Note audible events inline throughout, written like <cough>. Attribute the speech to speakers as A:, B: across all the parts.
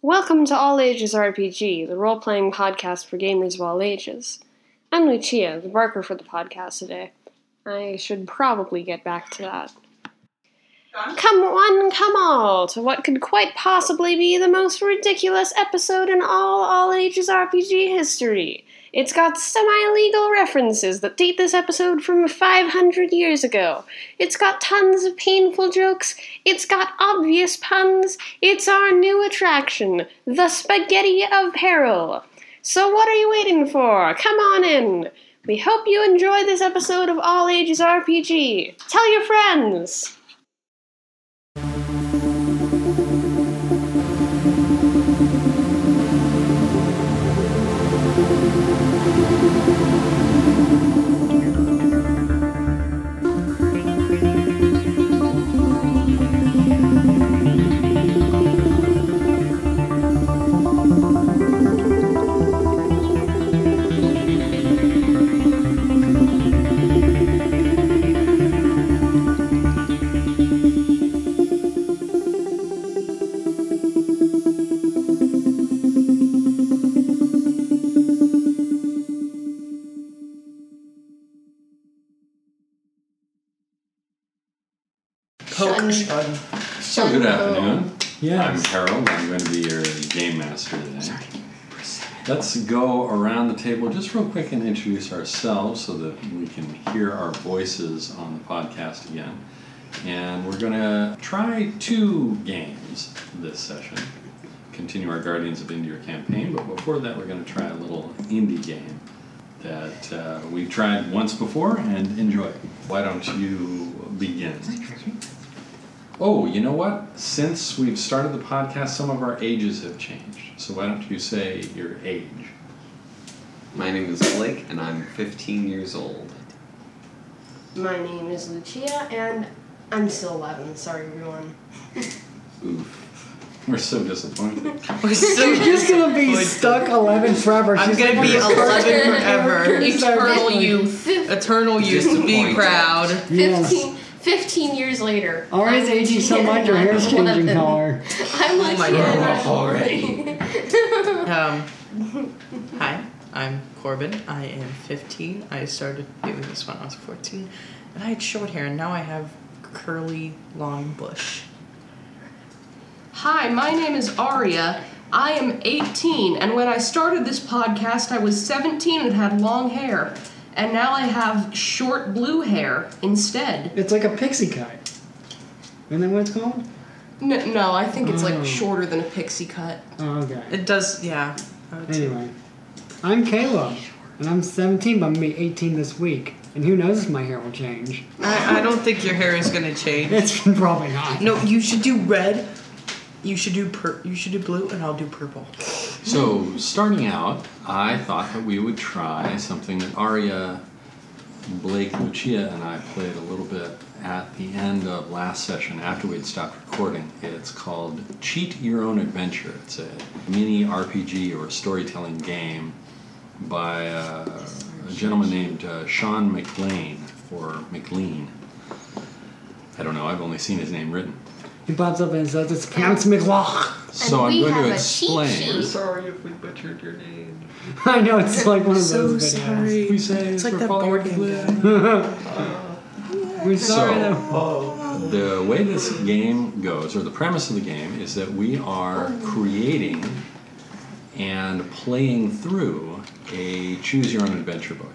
A: Welcome to All Ages RPG, the role playing podcast for gamers of all ages. I'm Lucia, the barker for the podcast today. I should probably get back to that. Come one, come all, to what could quite possibly be the most ridiculous episode in all All Ages RPG history. It's got semi legal references that date this episode from 500 years ago. It's got tons of painful jokes. It's got obvious puns. It's our new attraction, the Spaghetti of Peril. So, what are you waiting for? Come on in! We hope you enjoy this episode of All Ages RPG. Tell your friends!
B: Poke.
C: So good afternoon. I'm
B: Yeah.
C: Harold. I'm going to be your game master today. Let's go around the table just real quick and introduce ourselves so that we can hear our voices on the podcast again. And we're going to try two games this session. Continue our Guardians of India campaign, but before that, we're going to try a little indie game that uh, we tried once before and enjoy. Why don't you begin? Oh, you know what? Since we've started the podcast, some of our ages have changed. So why don't you say your age?
D: My name is Blake, and I'm 15 years old.
E: My name is Lucia, and I'm still 11. Sorry, everyone.
D: Oof.
C: We're so disappointed.
F: We're so
B: You're just gonna be stuck 11 forever.
F: I'm
B: She's
F: gonna be
B: like,
F: 11 forever.
B: Characters are
F: Eternal
B: different.
F: youth. Eternal youth. Be
D: Disappointing.
F: proud.
B: Yes.
E: 15, 15 years later.
B: Always
E: I'm
B: aging so
E: Lucia,
B: much, your
E: and
B: hair's
E: I'm 11.
B: changing color.
E: I'm Lucia.
F: my God.
E: and
D: <laughs>
E: I'm-
D: already.
F: Oh Um,
B: <laughs>
F: hi, I'm Corbin. I am 15. I started doing this when I was 14, and I had short hair, and now I have curly, long bush.
G: Hi, my name is Aria. I am 18, and when I started this podcast, I was 17 and had long hair. And now I have short blue hair instead.
B: It's like a pixie cut. Isn't that what it's called?
G: N- no, I think it's
B: Oh.
C: Mm.
G: like shorter than a pixie cut.
B: Oh, okay.
F: It does, yeah. I would say-
B: Anyway, I'm Caleb, and I'm 17, but I'm gonna be 18 this week. And who knows if my hair will change? <laughs>
F: I, I don't think your hair is gonna change.
B: It's probably not.
F: No, you should do red. You should do per- You should do blue, and I'll do purple.
C: so, starting out, I thought that we would try something that Aria, Blake, Lucia, and I played a little bit at the end of last session after we had stopped recording. It's called Cheat Your Own Adventure. It's a mini RPG or storytelling game by uh, a gentleman named uh, Sean McLean or McLean. I don't know, I've only seen his name written.
B: He pops up and says, it's pronounced McLaugh.
C: So
E: And
C: I'm
E: we
C: going to
E: have a cheat
C: explain.
E: sheet.
D: Sorry if we butchered your name.
B: <laughs> I know, it's like one of those videos.
C: We say
F: It's
C: we're
F: like that
C: following
F: board game
C: the-
F: guy.
B: We're sorry,
C: So-
F: uh,
B: though.
C: The way this game goes, or the premise of the game, is that we are creating and playing through a choose your own adventure book.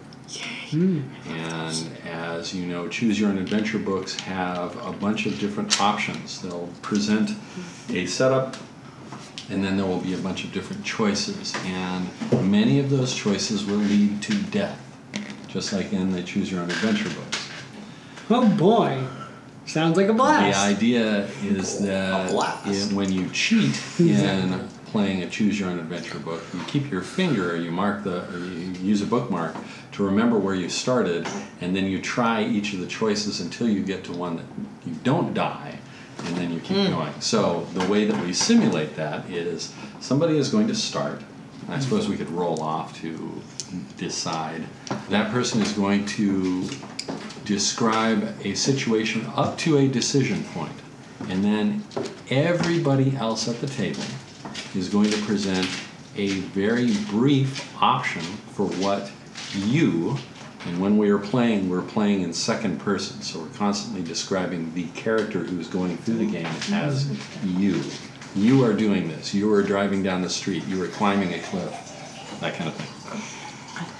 C: And as you know, choose your own adventure books have a bunch of different options. They'll present a setup, and then there will be a bunch of different choices. And many of those choices will lead to death, just like in the choose your own adventure books.
B: Oh boy. Sounds like a blast.
C: The idea is that
D: blast.
C: in- when you cheat in playing a choose your own adventure book, you keep your finger, you mark the, or you use a bookmark to remember where you started, and then you try each of the choices until you get to one that you don't die, and then you keep going. So the way that we simulate that is somebody is going to start. and I suppose we could roll off to decide. That person is going to describe a situation up to a decision point, and then everybody else at the table is going to present a very brief option for what you, and when we are playing, we're playing in second person, so we're constantly describing the character who's going through the game as you. You are doing this. You are driving down the street. You are climbing a cliff. That kind of thing.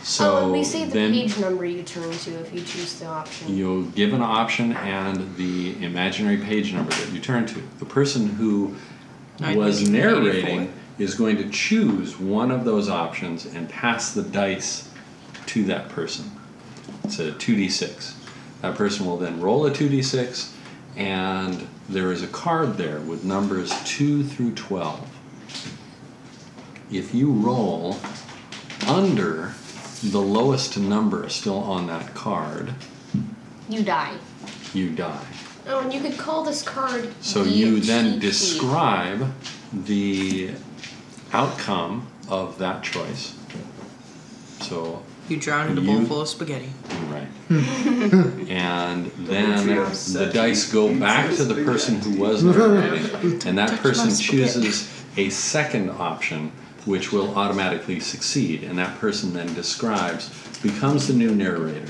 C: So
E: oh, and we see the
C: then
E: page number you turn to if you choose the option.
C: You'll give an option and the imaginary page number that you turn to. The person who was
F: 1984.
C: narrating is going to choose one of those options and pass the dice to that person. It's a 2d6. That person will then roll a 2d6, and there is a card there with numbers 2 through 12. If you roll under the lowest number still on that card,
E: You die.
C: you die.
E: Oh, and you could call this card.
C: So
E: the
C: you then
E: cheat sheet.
C: describe the outcome of that choice. So,
F: You drown in a
C: You-
F: bowl full of spaghetti.
C: right. and then
D: Don't you upset
C: the dice go
D: me?
C: back to the person who
F: <laughs>
C: was narrating, and that
F: Touch
C: person
F: my spaghetti.
C: chooses a second option, which will automatically succeed. And that person then describes, becomes the new narrator,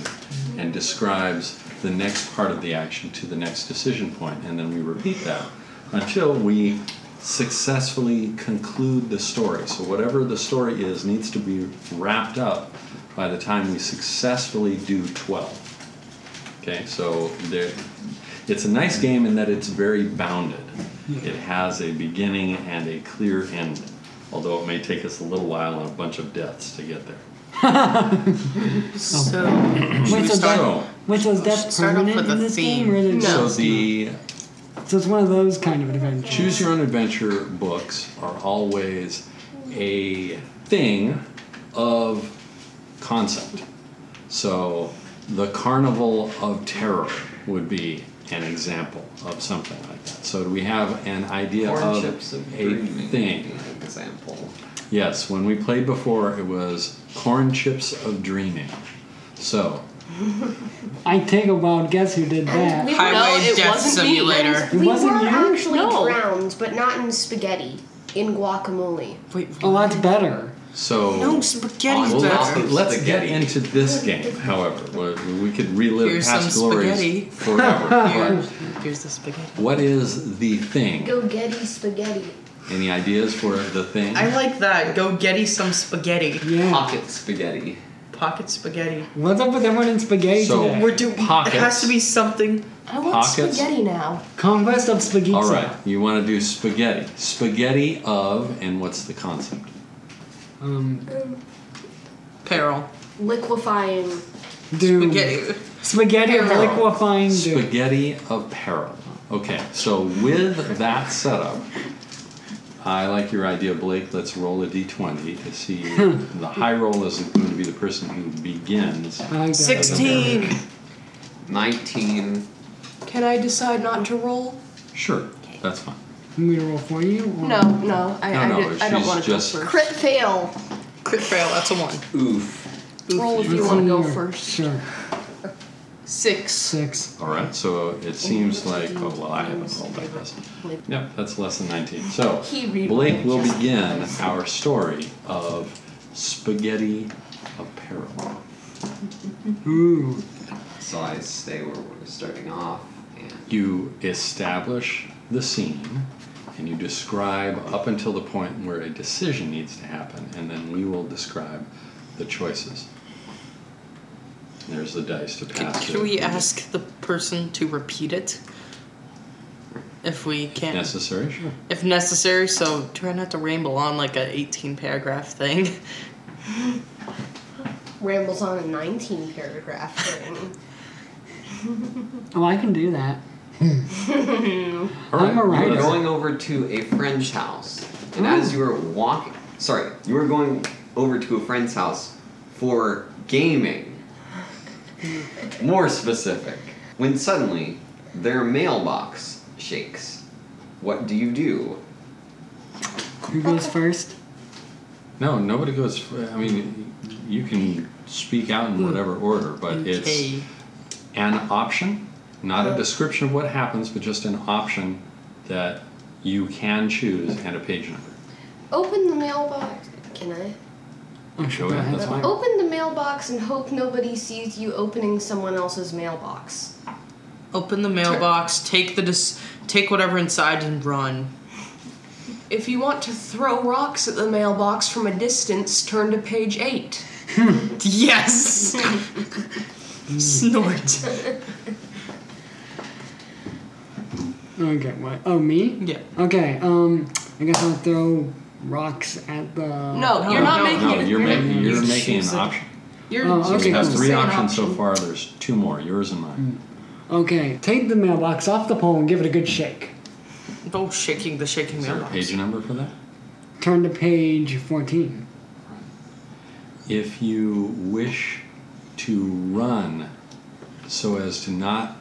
C: and describes the next part of the action to the next decision point. And then we repeat that until we successfully conclude the story. So, whatever the story is needs to be wrapped up by the time we successfully do 12. Okay, so there, it's a nice game in that it's very bounded. It has a beginning and a clear end, although it may take us a little while and a bunch of deaths to get there.
F: So,
B: Wait,
F: should we
B: so
F: start?
C: So,
B: Which was death
F: Start off
B: permanent
F: with
B: in
F: a
B: this
F: theme.
B: game? Or is it
C: so
B: just-
C: the
B: so it's one of those kind of adventures.
C: Choose Your Own Adventure books are always a thing of concept. So, The Carnival of Terror would be an example of something like that. So, we have an idea
D: Corn
C: of
D: chips of
C: a
D: dreaming.
C: thing.
D: Example.
C: Yes, when we played before, it was Corn Chips of Dreaming. So,
B: I take a wild guess who did that.
E: We-
F: Highway
G: No, it
F: Death
G: wasn't me.
F: Simulator.
E: We
B: wasn't
E: were
B: you?
E: actually
G: No.
E: drowned, but not in spaghetti. In guacamole.
F: Wait,
B: Oh, that's better.
C: so
F: no, spaghetti's
C: Well, let's,
F: better.
D: Spaghetti.
C: let's get into this game, however. We- We could relive
F: Here's
C: past
F: some
C: glories
F: spaghetti.
C: forever.
F: Here, <laughs>
C: but
F: here's the spaghetti.
C: what is the thing?
E: Go getty spaghetti.
C: Any ideas for the thing?
F: I like that. Go getty some spaghetti.
B: Yeah.
D: Pocket spaghetti.
F: Pocket spaghetti.
B: What's up with everyone in spaghetti
C: So-
B: today?
F: We're doing. It has
C: Pockets.
F: to be something.
E: I want
C: Pockets?
E: spaghetti now.
B: Conquest of spaghetti.
C: All right, you want to do spaghetti. Spaghetti of, and what's the concept?
B: Um,
F: Peril.
E: Liquefying.
B: do
F: Spaghetti.
B: Spaghetti of
F: Peril.
B: liquefying doom.
C: Spaghetti of peril. Okay, so with that setup, I like your idea, Blake. Let's roll a d20 to see. the high roll is going to be the person who begins.
B: I like that.
F: 16.
D: 19.
G: Can I decide not to roll?
C: Sure, that's fine.
B: Want me to roll for you? or-
G: No, no, I,
C: No,
G: I,
C: no,
G: did- I
C: she's
G: don't want to go
C: just-
G: first.
E: Crit fail.
F: Crit fail. That's a one.
D: Oof.
G: Roll if
B: Let's
G: you want
B: see
G: to go
B: here.
G: first.
B: Sure.
G: Six.
B: Six.
C: All right, so it seems like, oh, well, I haven't rolled like this. Yep, that's less than 19. So
E: He re-
C: Blake will begin our story of spaghetti apparel.
B: Ooh.
D: So I stay where we're starting off. And
C: You establish the scene and you describe up until the point where a decision needs to happen, and then we will describe the choices. There's the dice to
F: Can,
C: pass.
F: can
C: it.
F: we ask the person to repeat it? If we can't,
C: Necessary, sure.
F: if necessary, so try not to ramble on like a 18 paragraph thing. <laughs>
E: Rambles on a 19 paragraph thing.
B: Oh, I can do that.
C: All right,
B: I'm a
D: you were
B: writer.
D: going over to a friend's house. And as you were walking, sorry, you were going over to a friend's house for gaming. More specific. When suddenly their mailbox shakes. What do you do?
B: Who
G: <laughs>
B: goes first?
C: No, nobody goes. f- I mean, you can speak out in whatever order, but it's
F: Hmm. Okay.
C: an option, not a description of what happens, but just an option that you can choose and a page number.
E: Open the mailbox. Can I?
C: Show it. That's fine.
E: Open the mailbox and hope nobody sees you opening someone else's mailbox.
F: Open the mailbox, take the dis- take whatever inside and run.
G: If you want to throw rocks at the mailbox from a distance, turn to page 8.
F: Yes. Snort.
B: Okay, what? Oh, me?
F: Yeah.
B: Okay, um, I guess I'll throw rocks at the.
G: No, you're not
C: Oh, no,
G: making
C: no,
G: it.
C: you're making you're
F: You
C: making
F: choose
C: an
F: it.
C: option.
G: You're
B: Oh,
C: So
B: okay,
C: we have
B: cool.
C: three
G: Say an
C: options so
G: option. Mm,
C: far. There's two more, yours and mine.
B: Okay, take the mailbox off the pole and give it a good shake.
F: Oh, shaking the shaking
C: Is there a
F: mailbox.
C: page number for that?
B: Turn to page 14.
C: If you wish to run so as to not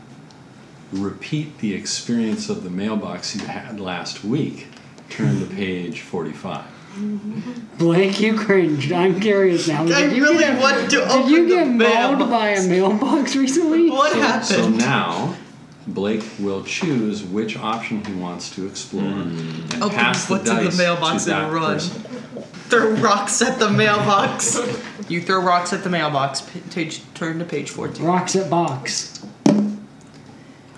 C: repeat the experience of the mailbox you had last week, turn to page
G: <laughs>
C: 45.
B: Blake, you cringed. I'm curious now. Did
F: I
B: you
F: really
B: get,
F: want to
B: Did
F: open
B: you
F: the
B: get mauled
F: mailbox.
B: by a mailbox recently?
F: What
C: So,
F: happened?
C: so now, Blake will choose which option he wants to explore
G: Mm.
C: and
F: Open
C: pass the
F: what's in the
C: dice
F: mailbox
C: to
F: and
C: that
F: run.
C: person.
F: throw rocks at the mailbox. <laughs> you throw rocks at the mailbox. P- page, turn to page 14.
B: Rocks at box.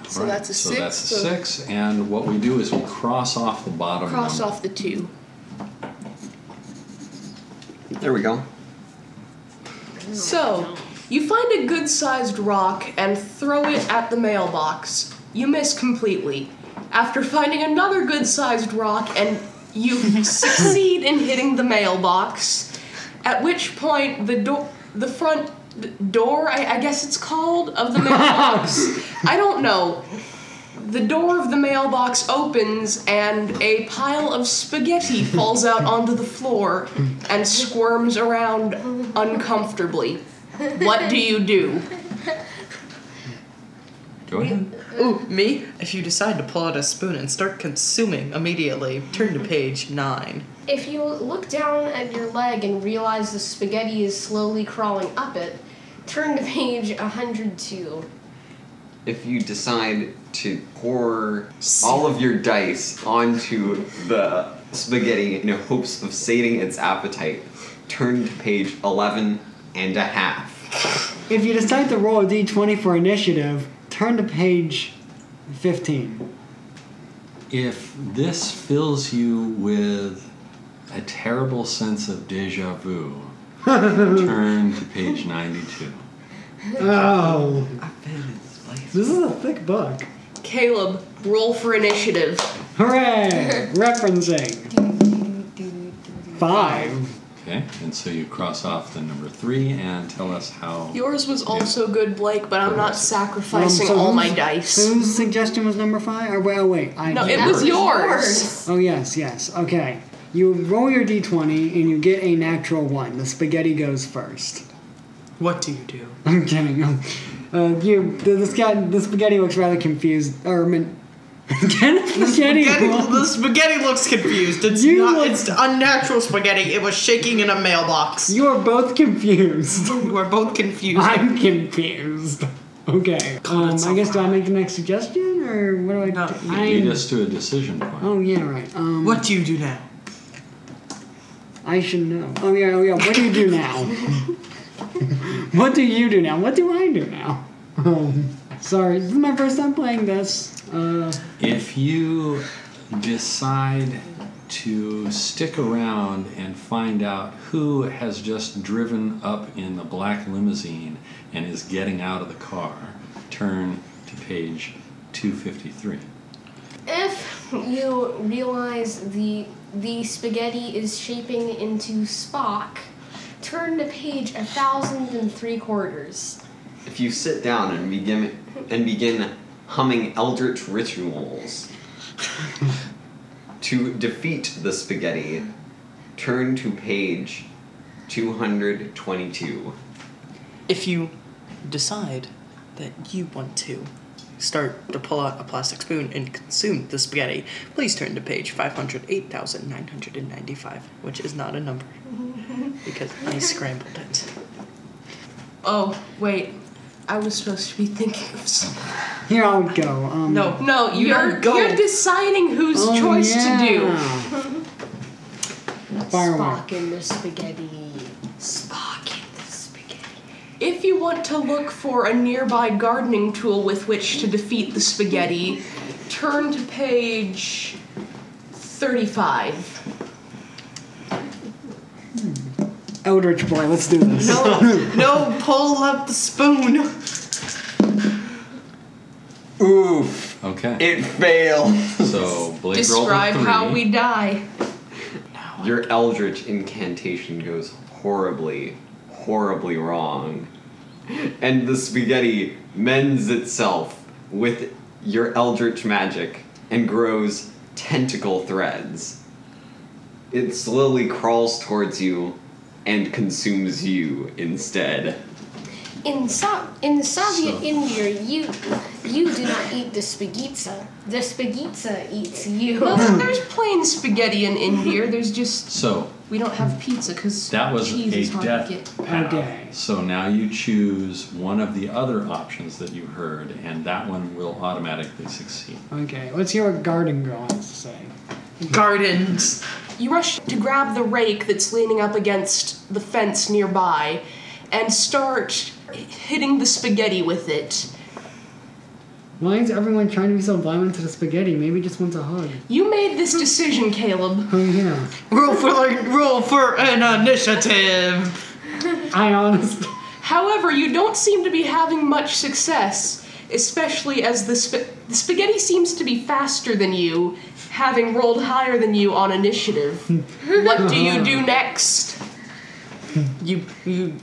H: So
C: Right,
H: that's a
C: so
H: six.
C: that's a
H: so
C: six, and what we do is we cross off the bottom.
H: cross
C: number.
H: off the two.
D: There we go.
G: So, you find a good sized rock and throw it at the mailbox. You miss completely. After finding another good sized rock and you succeed in hitting the mailbox, at which point the door, the front d- door, I, I guess it's called, of the mailbox, I don't know. The door of the mailbox opens and a pile of spaghetti falls out onto the floor and squirms around uncomfortably. What do you do?
C: Go ahead.
F: Ooh, me? If you decide to pull out a spoon and start consuming immediately, turn to page 9.
E: If you look down at your leg and realize the spaghetti is slowly crawling up it, turn to <laughs> page 102.
D: If you decide to pour all of your dice onto the spaghetti in hopes of sating its appetite, turn to page 11 and a half.
B: If you decide to roll a d20 for initiative, turn to page 15.
C: If this fills you with a terrible sense of deja
H: <laughs>
C: vu, turn to page 92.
B: Oh. This is a thick book.
G: Caleb, roll for initiative.
B: Hooray! Referencing. Five.
C: Okay, and so you cross off the number three and tell us how.
G: Yours was also good, Blake, but I'm not
B: Um,
G: sacrificing
B: so
G: all my
B: whose-
G: dice.
B: Whose suggestion was number five? Or, wait, oh, wait. I
G: No,
B: did.
G: it was yours.
B: Oh yes, yes. Okay. You roll your d20 and you get a natural one. The spaghetti goes first. <laughs>
F: What do you do?
B: I'm kidding. Um, Uh, you, th- this guy, the spaghetti looks rather confused. Or, I mean, <laughs> again, spaghetti. <laughs>
F: Spaghetti,
B: one.
F: the spaghetti looks confused. It's
B: You
F: not.
B: look-
F: It's unnatural spaghetti. It was shaking in a mailbox.
B: You are both confused.
F: <laughs>
B: <laughs>
F: We're both confused.
B: I'm confused. Okay. Um,
F: it's
B: I guess do I make the next suggestion or what do I
F: No,
B: do?
F: you-
B: I'm-
C: Lead us to a decision point.
B: Oh yeah, right. Um,
F: what do you do now?
B: I should know. Oh yeah, oh yeah. What do you do now? <laughs> what do you do now? What do I do now? <laughs> Um, sorry, this is my first time playing this. Uh,
C: If you decide to stick around and find out who has just driven up in the black limousine and is getting out of the car, turn to page 253.
E: If you realize the the spaghetti is shaping into Spock, turn to page a thousand and three quarters.
D: If you sit down and begin and begin humming eldritch rituals to defeat the spaghetti, turn to page 222.
F: If you decide that you want to start to pull out a plastic spoon and consume the spaghetti, please turn to page 508,995, which is not a <laughs> number because I scrambled it.
G: Oh, wait. I was supposed to be thinking of something.
B: here I'll go. Um,
F: No,
G: No,
F: You
G: you're
F: don't go.
G: you're deciding whose
F: <laughs>
B: oh,
G: choice to do.
B: yeah. Firework.
E: Spock in the spaghetti.
G: Spock in the spaghetti. If you want to look for a nearby gardening tool with which to defeat the spaghetti, turn to page 35.
B: Eldritch boy, let's do this.
F: No, no, pull up the spoon.
D: Oof!
C: Okay.
D: It failed.
C: So Blake
G: Describe
C: rolled a
G: how
C: three.
G: we die.
D: Your eldritch incantation goes horribly, horribly wrong. And the spaghetti mends itself with your eldritch magic and grows tentacle threads. It slowly crawls towards you and consumes you instead.
E: In so- in Soviet
C: So-
E: India, you you do not eat the spaghetti. The spaghetti eats you.
F: Hmm.
G: Well, there's plain spaghetti in India. There's just
C: So
G: we don't have pizza because
C: that was
G: cheese is
C: a
G: hard
C: death
G: to get.
C: path.
B: Okay.
C: So now you choose one of the other options that you heard, and that one will automatically succeed.
B: Okay, let's hear what Garden Girl has to say.
F: Gardens.
G: You rush to grab the rake that's leaning up against the fence nearby and start hitting the spaghetti with it.
B: Why is everyone trying to be so violent to the spaghetti? Maybe just wants a hug.
G: You made this decision, Caleb.
B: Oh yeah.
F: Roll for like roll for an initiative.
B: I honestly.
G: However, you don't seem to be having much success, especially as the, sp- the spaghetti seems to be faster than you, having rolled higher than you on initiative. what do you do next?
F: You you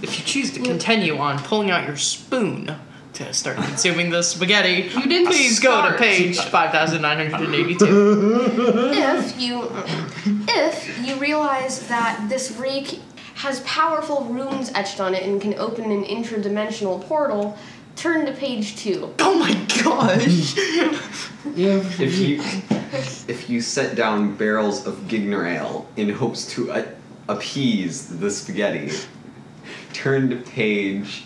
F: if you choose to continue on pulling out your spoon to start consuming the spaghetti,
G: You didn't
F: please go
G: start.
F: to page five thousand nine hundred and eighty-two.
E: if you if you realize that this rake has powerful runes etched on it and can open an interdimensional portal, turn to page two.
F: oh my gosh!
B: If
D: If
E: <laughs>
D: you if you set down barrels of Gigner ale in hopes to a- appease the spaghetti, turn to page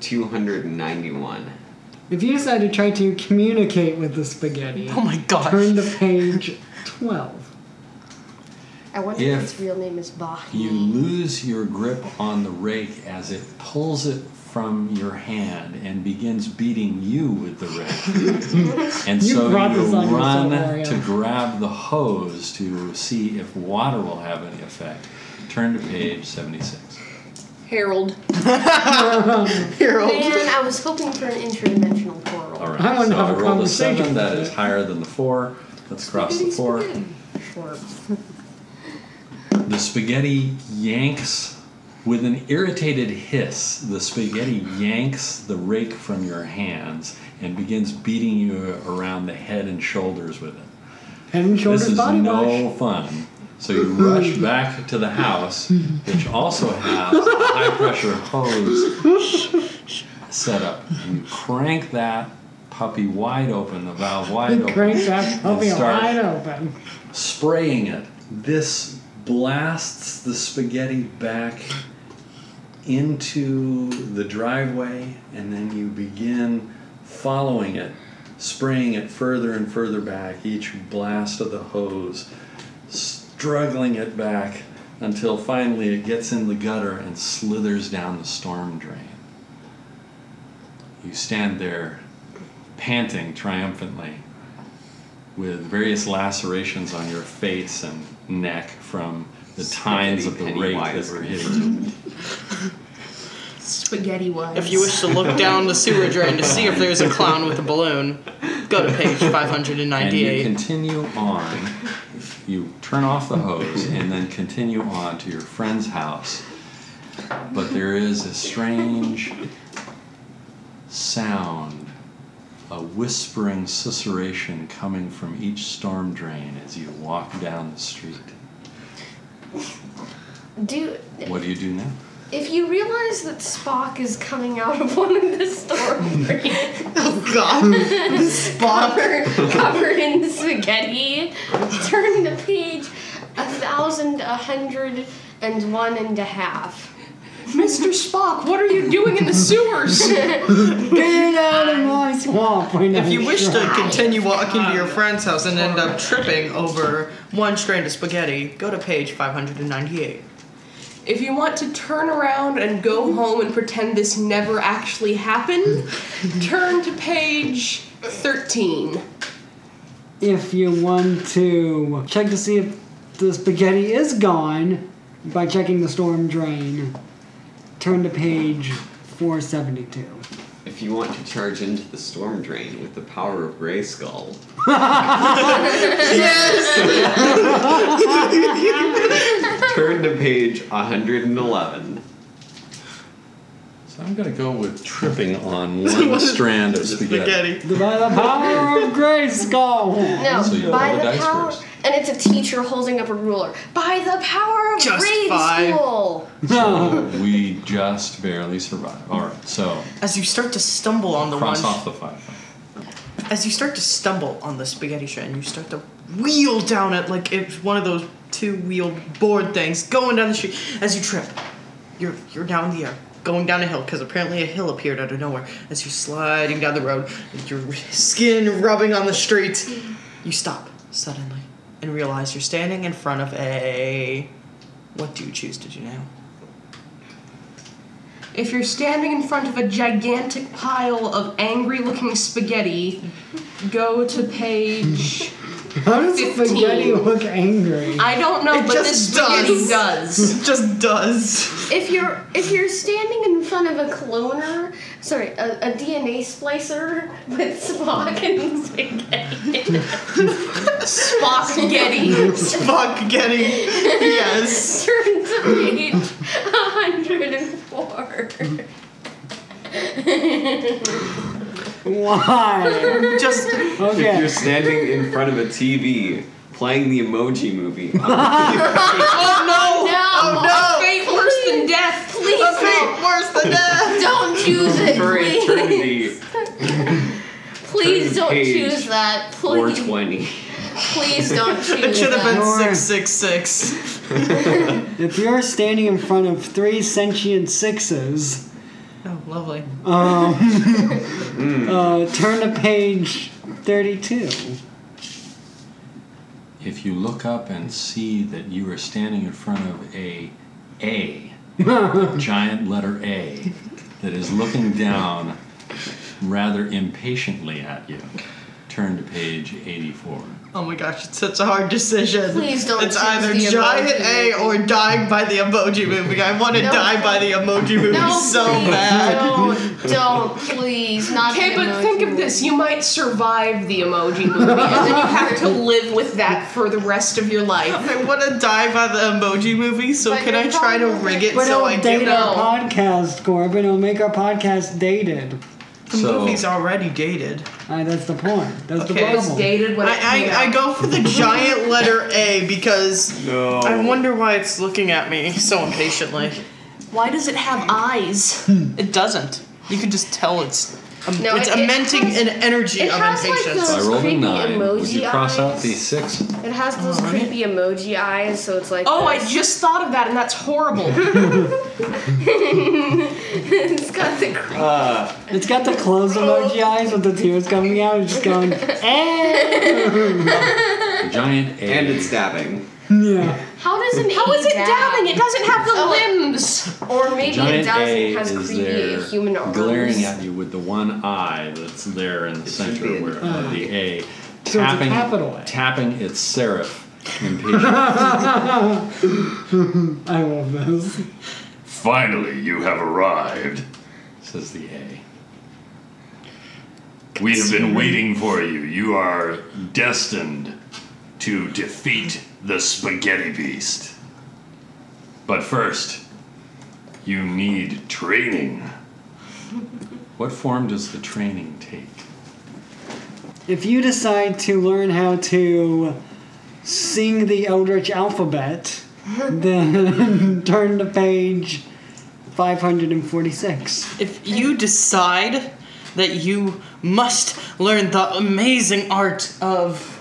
D: 291.
B: if you decide to try to communicate with the spaghetti,
F: Oh my
B: turn
F: gosh!
B: to page twelve.
E: I wonder
C: If
E: if its real name is Bach.
C: You lose your grip on the rake as it pulls it from your hand and begins beating you with the rake.
B: <laughs>
C: and
B: You
C: so you
B: brought this on yourself,
C: run
B: Mario.
C: to grab the hose to see if water will have any effect. Turn to page 76.
G: Harold.
E: Man, I was hoping for an interdimensional portal.
C: All right.
B: I wanted
C: so
B: to have
C: I
B: a
C: rolled a
B: conversation
C: seven. That
B: with
C: is
B: it.
C: higher than the four. Let's cross the four.
E: Or-
C: The spaghetti yanks with an irritated hiss. The spaghetti yanks the rake from your hands and begins beating you around the head and shoulders with it.
B: Head and shoulders
C: This is
B: body
C: no
B: wash.
C: fun. So you
B: <laughs>
C: rush back to the house, which also has a high pressure hose set up. You crank that puppy wide open, the valve wide open
B: Crank that puppy
C: start.
B: wide open.
C: spraying it. This blasts the spaghetti back into the driveway, and then you begin following it, spraying it further and further back, each blast of the hose, struggling it back until finally it gets in the gutter and slithers down the storm drain. You stand there, panting triumphantly with various lacerations on your face and neck from the tines of the
D: Spaghetti
C: rake that
D: Pennywise.
C: were hitting you.
G: Spaghetti wise.
F: If you wish to look down the sewer drain to see if there's a clown with a balloon, go to page five hundred and
C: And you
F: ninety-eight.
C: continue on. You turn off the hose and then continue on to your friend's house. But there is a strange sound, a whispering susurration coming from each storm drain as you walk down the street.
E: Do
C: What do you do now?
E: if you realize that Spock is coming out of one of the storm drains,
F: Oh god!
E: covered, covered in spaghetti, turn to page a thousand a hundred and one and a half.
G: Mr. Spock, what are you doing in the sewers?
B: Get out of my swamp. We're
F: If
B: not
F: you wish to
B: sure.
F: continue walking to your friend's house and end up tripping over one strand of spaghetti, go to page 598.
G: If you want to turn around and go home and pretend this never actually happened, turn to page 13.
B: If you want to check to see if the spaghetti is gone by checking the storm drain, turn to page 472.
D: If you want to charge into the storm drain with the power of Gray Skull, <laughs> turn to page 111.
C: So I'm gonna go with tripping <laughs> on one strand of spaghetti.
B: By the power of Grace Skull!
E: No,
C: So you
E: by
C: roll the
E: the
C: dice
E: power,
C: first.
E: and it's a teacher holding up a ruler. By the power of
F: Just
E: grade
F: five.
E: school.
C: So we just barely survived. All right, so
F: As you start to stumble on the
C: cross
F: one
C: off the five.
F: as you start to stumble on the spaghetti strand, you start to wheel down it like it's one of those two-wheeled board things going down the street. As you trip, you're you're down in the air, going down a hill because apparently a hill appeared out of nowhere. As you're sliding down the road, with your skin rubbing on the street, you stop suddenly and realize you're standing in front of a. What do you choose to do now?
G: If you're standing in front of a gigantic pile of angry looking spaghetti, go to page.
B: How does
G: 15.
B: spaghetti look angry?
G: I don't know,
F: It
G: but
F: just
G: this spaghetti
F: does. <laughs>
G: does.
F: Just does. <laughs>
E: If you're if you're standing in front of a cloner, sorry, a, a DNA splicer with Spock and
F: <laughs>
E: spaghetti,
G: Spaghetti.
F: Spaghetti. Yes.
E: turn to page 104.
F: Oh,
B: Why?
F: Just
D: If you're
B: Okay.
D: standing in front of a TV playing the emoji movie, on
F: Oh no!
E: No,
F: Oh
G: Fate worse than death.
E: please
F: no! Fate worse than death!
E: don't choose it,
D: for
E: please.
D: eternity,
E: Please don't
D: page
E: choose that. Please,
D: 420.
E: please don't choose
F: It should have been
E: that.
B: Sure.
F: 666.
B: If you're standing in front of three sentient sixes,
F: Oh, lovely.
B: uh, turn to page 32.
C: If you look up and see that you are standing in front of a A, giant letter A, that is looking down rather impatiently at you, turn to page 84.
F: Oh my gosh, it's such a hard decision.
E: Please don't
F: It's
E: choose
F: either
E: the
F: giant
E: emoji
F: A or dying by the emoji movie. I want to
E: No.
F: die by the emoji movie
E: No,
F: so
E: please,
F: bad.
E: Don't, don't, please, not.
G: Okay,
E: the
G: but think
E: emoji
G: of this. You might survive the emoji movie, and
F: <laughs>
G: then you have to live with that for the rest of your life.
F: I want to die by the emoji movie, so
E: But
F: can
E: you're
F: I try to
E: probably-
F: rig it
B: But
F: so
B: it'll
F: I
B: date
F: get
B: our
F: out?
B: podcast, Corbin. It'll make our podcast dated.
F: The
C: So-
F: movie's already dated.
B: Uh, that's the point. That's
F: Okay.
B: the
G: It's
B: problem.
G: dated when it
F: I,
G: came
F: I, I
G: out.
F: go for the giant letter A because
D: No.
F: I wonder why it's looking at me so impatiently.
G: Why does it have eyes?
F: It doesn't. You can just tell it's um,
E: No,
F: it's
E: it- it
F: amending
E: has-
F: an energy
E: it
F: of
E: has, like,
F: impatience.
E: those-
C: I rolled a
E: creepy
C: 9. Would you
E: emoji
C: cross out
E: eyes.
C: the 6?
E: It has those creepy emoji eyes, so it's like.
G: Oh, I
E: this. <laughs>
G: just thought of that, and that's horrible.
E: it's got the creepy.
B: It's got the closed emoji eyes with the tears coming out. It's just going, eh.
C: Giant A.
D: And it's stabbing.
B: Yeah.
E: How does an
G: How
E: A
G: is it
E: dab?
G: dabbing? It doesn't have
F: Uh,
G: the
E: Oh, it-
G: limbs.
E: Or maybe it
C: Giant
E: does.
C: A
E: It has
C: is
E: creepy
C: there
E: human arms.
C: glaring at you with the one eye that's there in the center
D: be an
C: where of the A,
B: So it's a
C: tapping
B: capital A.
C: tapping its serif impatiently.
B: I love this.
C: Finally, you have arrived, says the A. We have been waiting for you. You are destined to defeat the spaghetti beast. But first, you need training. What form does the training take?
B: If you decide to learn how to sing the Eldritch alphabet, then <laughs> turn to page 546.
F: If you decide that you must learn the amazing art of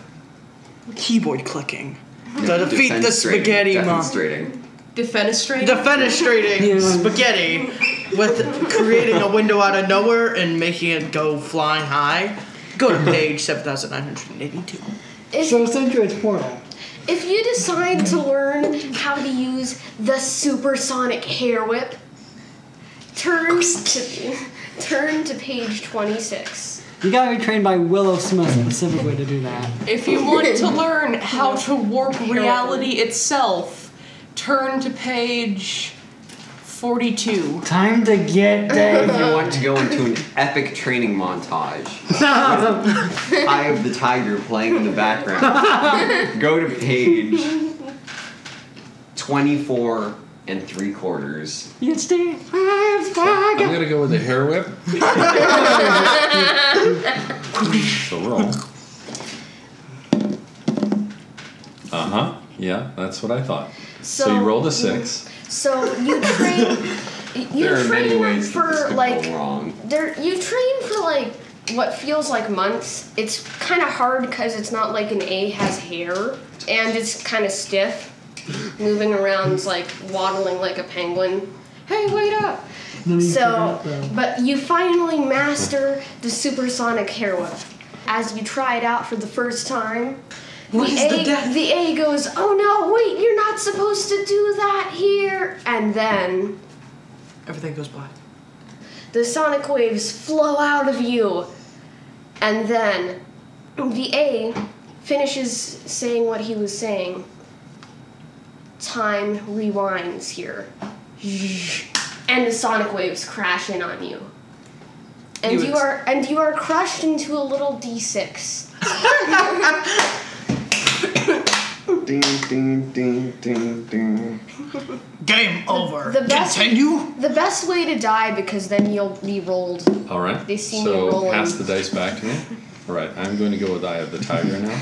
F: keyboard clicking to defeat the spaghetti monster.
D: Demonstrating.
G: Defenestrating?
F: Defenestrating
B: Yeah.
F: spaghetti with creating a window out of nowhere and making it go flying high. Go to page 7982.
E: If,
B: So essentially, it's portal.
E: if you decide to learn how to use the supersonic hair whip, turn to, turn to page 26.
B: You gotta be trained by Willow Smith specifically to do that.
G: If <laughs> you want to learn how to warp reality itself, turn to page 42.
B: Time to get
D: If
B: Dave.
D: you want to go into an epic training
F: <laughs>
D: montage with Eye of the Tiger playing in the background,
F: <laughs>
D: go to page 24 and three quarters.
B: It's the I've got-
I: I'm gonna go with the hair whip.
C: So roll. uh huh. Uh-huh. Yeah, that's what I thought. So, you rolled a six.
E: So you
C: <laughs>
E: train. You
D: There are
E: train
D: many ways that this
E: for
D: could
E: like
D: go wrong.
E: there. You train for like what feels like months. It's kind of hard because it's not like an A has hair, and it's kind of stiff, moving around is like waddling like a penguin. Hey, wait up!
B: Let me
E: So,
B: figure it out, though.
E: but you finally master the supersonic hair whip. As you try it out for the first time, the
F: is the
E: A,
F: death?
E: the A goes, "Oh no, wait! You're not supposed to do that here!" And then.
F: Everything goes black.
E: The sonic waves flow out of you. And then the A finishes saying what he was saying. Time rewinds here. And the sonic waves crash in on you. And
F: You
E: you
F: ex-
E: are and you are crushed into a little D6.
D: Ding, ding, ding, ding, ding.
F: Game over.
E: the best-
F: Continue.
E: The best way to die because then you'll be rolled.
C: All right.
E: They see me
C: so
E: rolling.
C: pass the dice back to me. All right, I'm going to go with Eye of the Tiger now.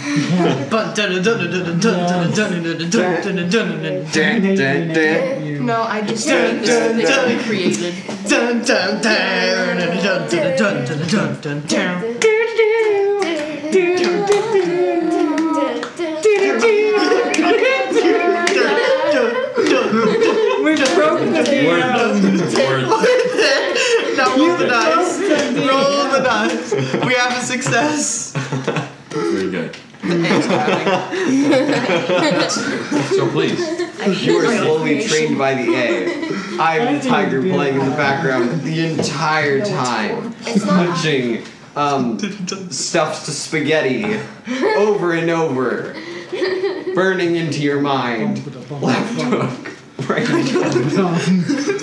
F: But dun- dun- dun- dun- dun- dun- dun- dun- dun- dun- dun- dun- dun- dun-
D: Dun, dun, dun.
B: You.
G: No, I just
F: Dun,
G: hate this
F: dun,
G: thing
F: dun.
G: that we created.
F: dun- dun- dun- dun- dun- dun- dun- dun- dun- dun- dun.
B: We broke the
C: <laughs>
B: deal.
C: Word.
F: Now roll the dice. Roll the dice. We have a success.
C: Very good. so please,
F: <laughs>
D: You are slowly trained by the A. Eye of the Tiger playing in the background the entire time.
E: It's not
D: Punching um, stuffed spaghetti over and over, burning into your mind. Left hook, right hook.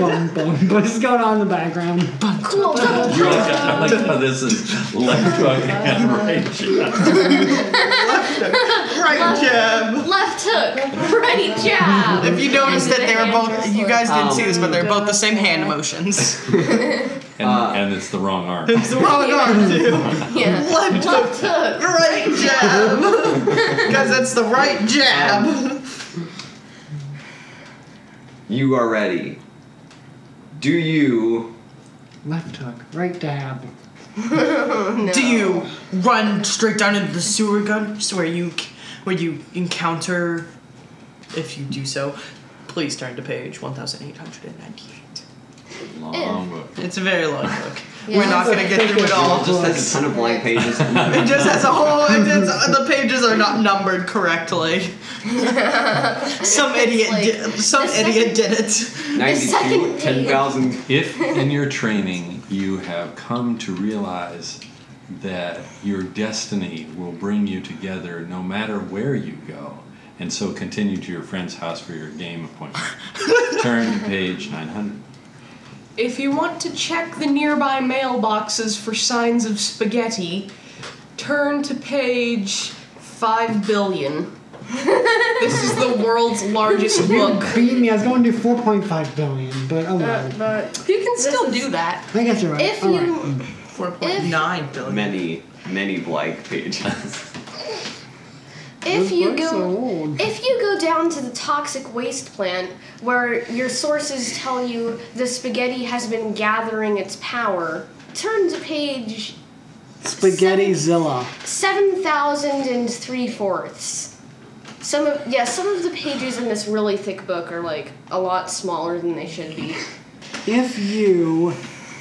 B: Bum, bum, But it's going on in the background.
E: cool. <laughs> Double
C: you're like, I like how this is left hook and right jab.
F: Right, Jeb.
E: Left hook, right jab.
F: If you noticed that they were both, you guys didn't see this, but they're both the same hand motions.
C: And, and it's the wrong arm.
F: It's the wrong arm, too.
E: Yeah.
F: Left hook,
E: Left hook.
F: right jab. Because that's the right jab.
D: You are ready. Do you
B: Left hook, right dab.
F: Do you run straight down into the sewer guns where you where you encounter if you do so, please turn to page 1898.
C: Long book.
F: It's a very long book.
E: Yeah.
F: We're not going to get through it all.
D: It just has a ton of blank
E: <laughs>
D: pages?
F: It just has a whole. It just, the pages are not numbered correctly. some idiot.
E: like-
F: did, some
E: the
F: idiot did it.
E: second
D: 92,
E: page.
D: 10,000.
C: If in your training you have come to realize that your destiny will bring you together no matter where you go, and so continue to your friend's house for your game
G: <laughs>
C: appointment, turn to page 900.
G: If you want to check the nearby mailboxes for signs of spaghetti, turn to page 5 <laughs> billion. this is the world's <laughs> largest book.
B: Beat me. I was going to do 4.5 billion, but oh well.
E: But
G: You can still do that.
B: I guess you're right.
E: if
B: All right.
E: you
F: Four point nine billion.
D: Many, many blank pages.
E: if
B: Those
E: you
B: books are
E: go
B: old.
E: if you go down to the toxic waste plant where your sources tell you the spaghetti has been gathering its power, turn to page
B: Spaghetti Zilla.
E: seven thousand and three fourths. Some of yeah, some of the pages in this really thick book are like a lot smaller than they should be.
B: If you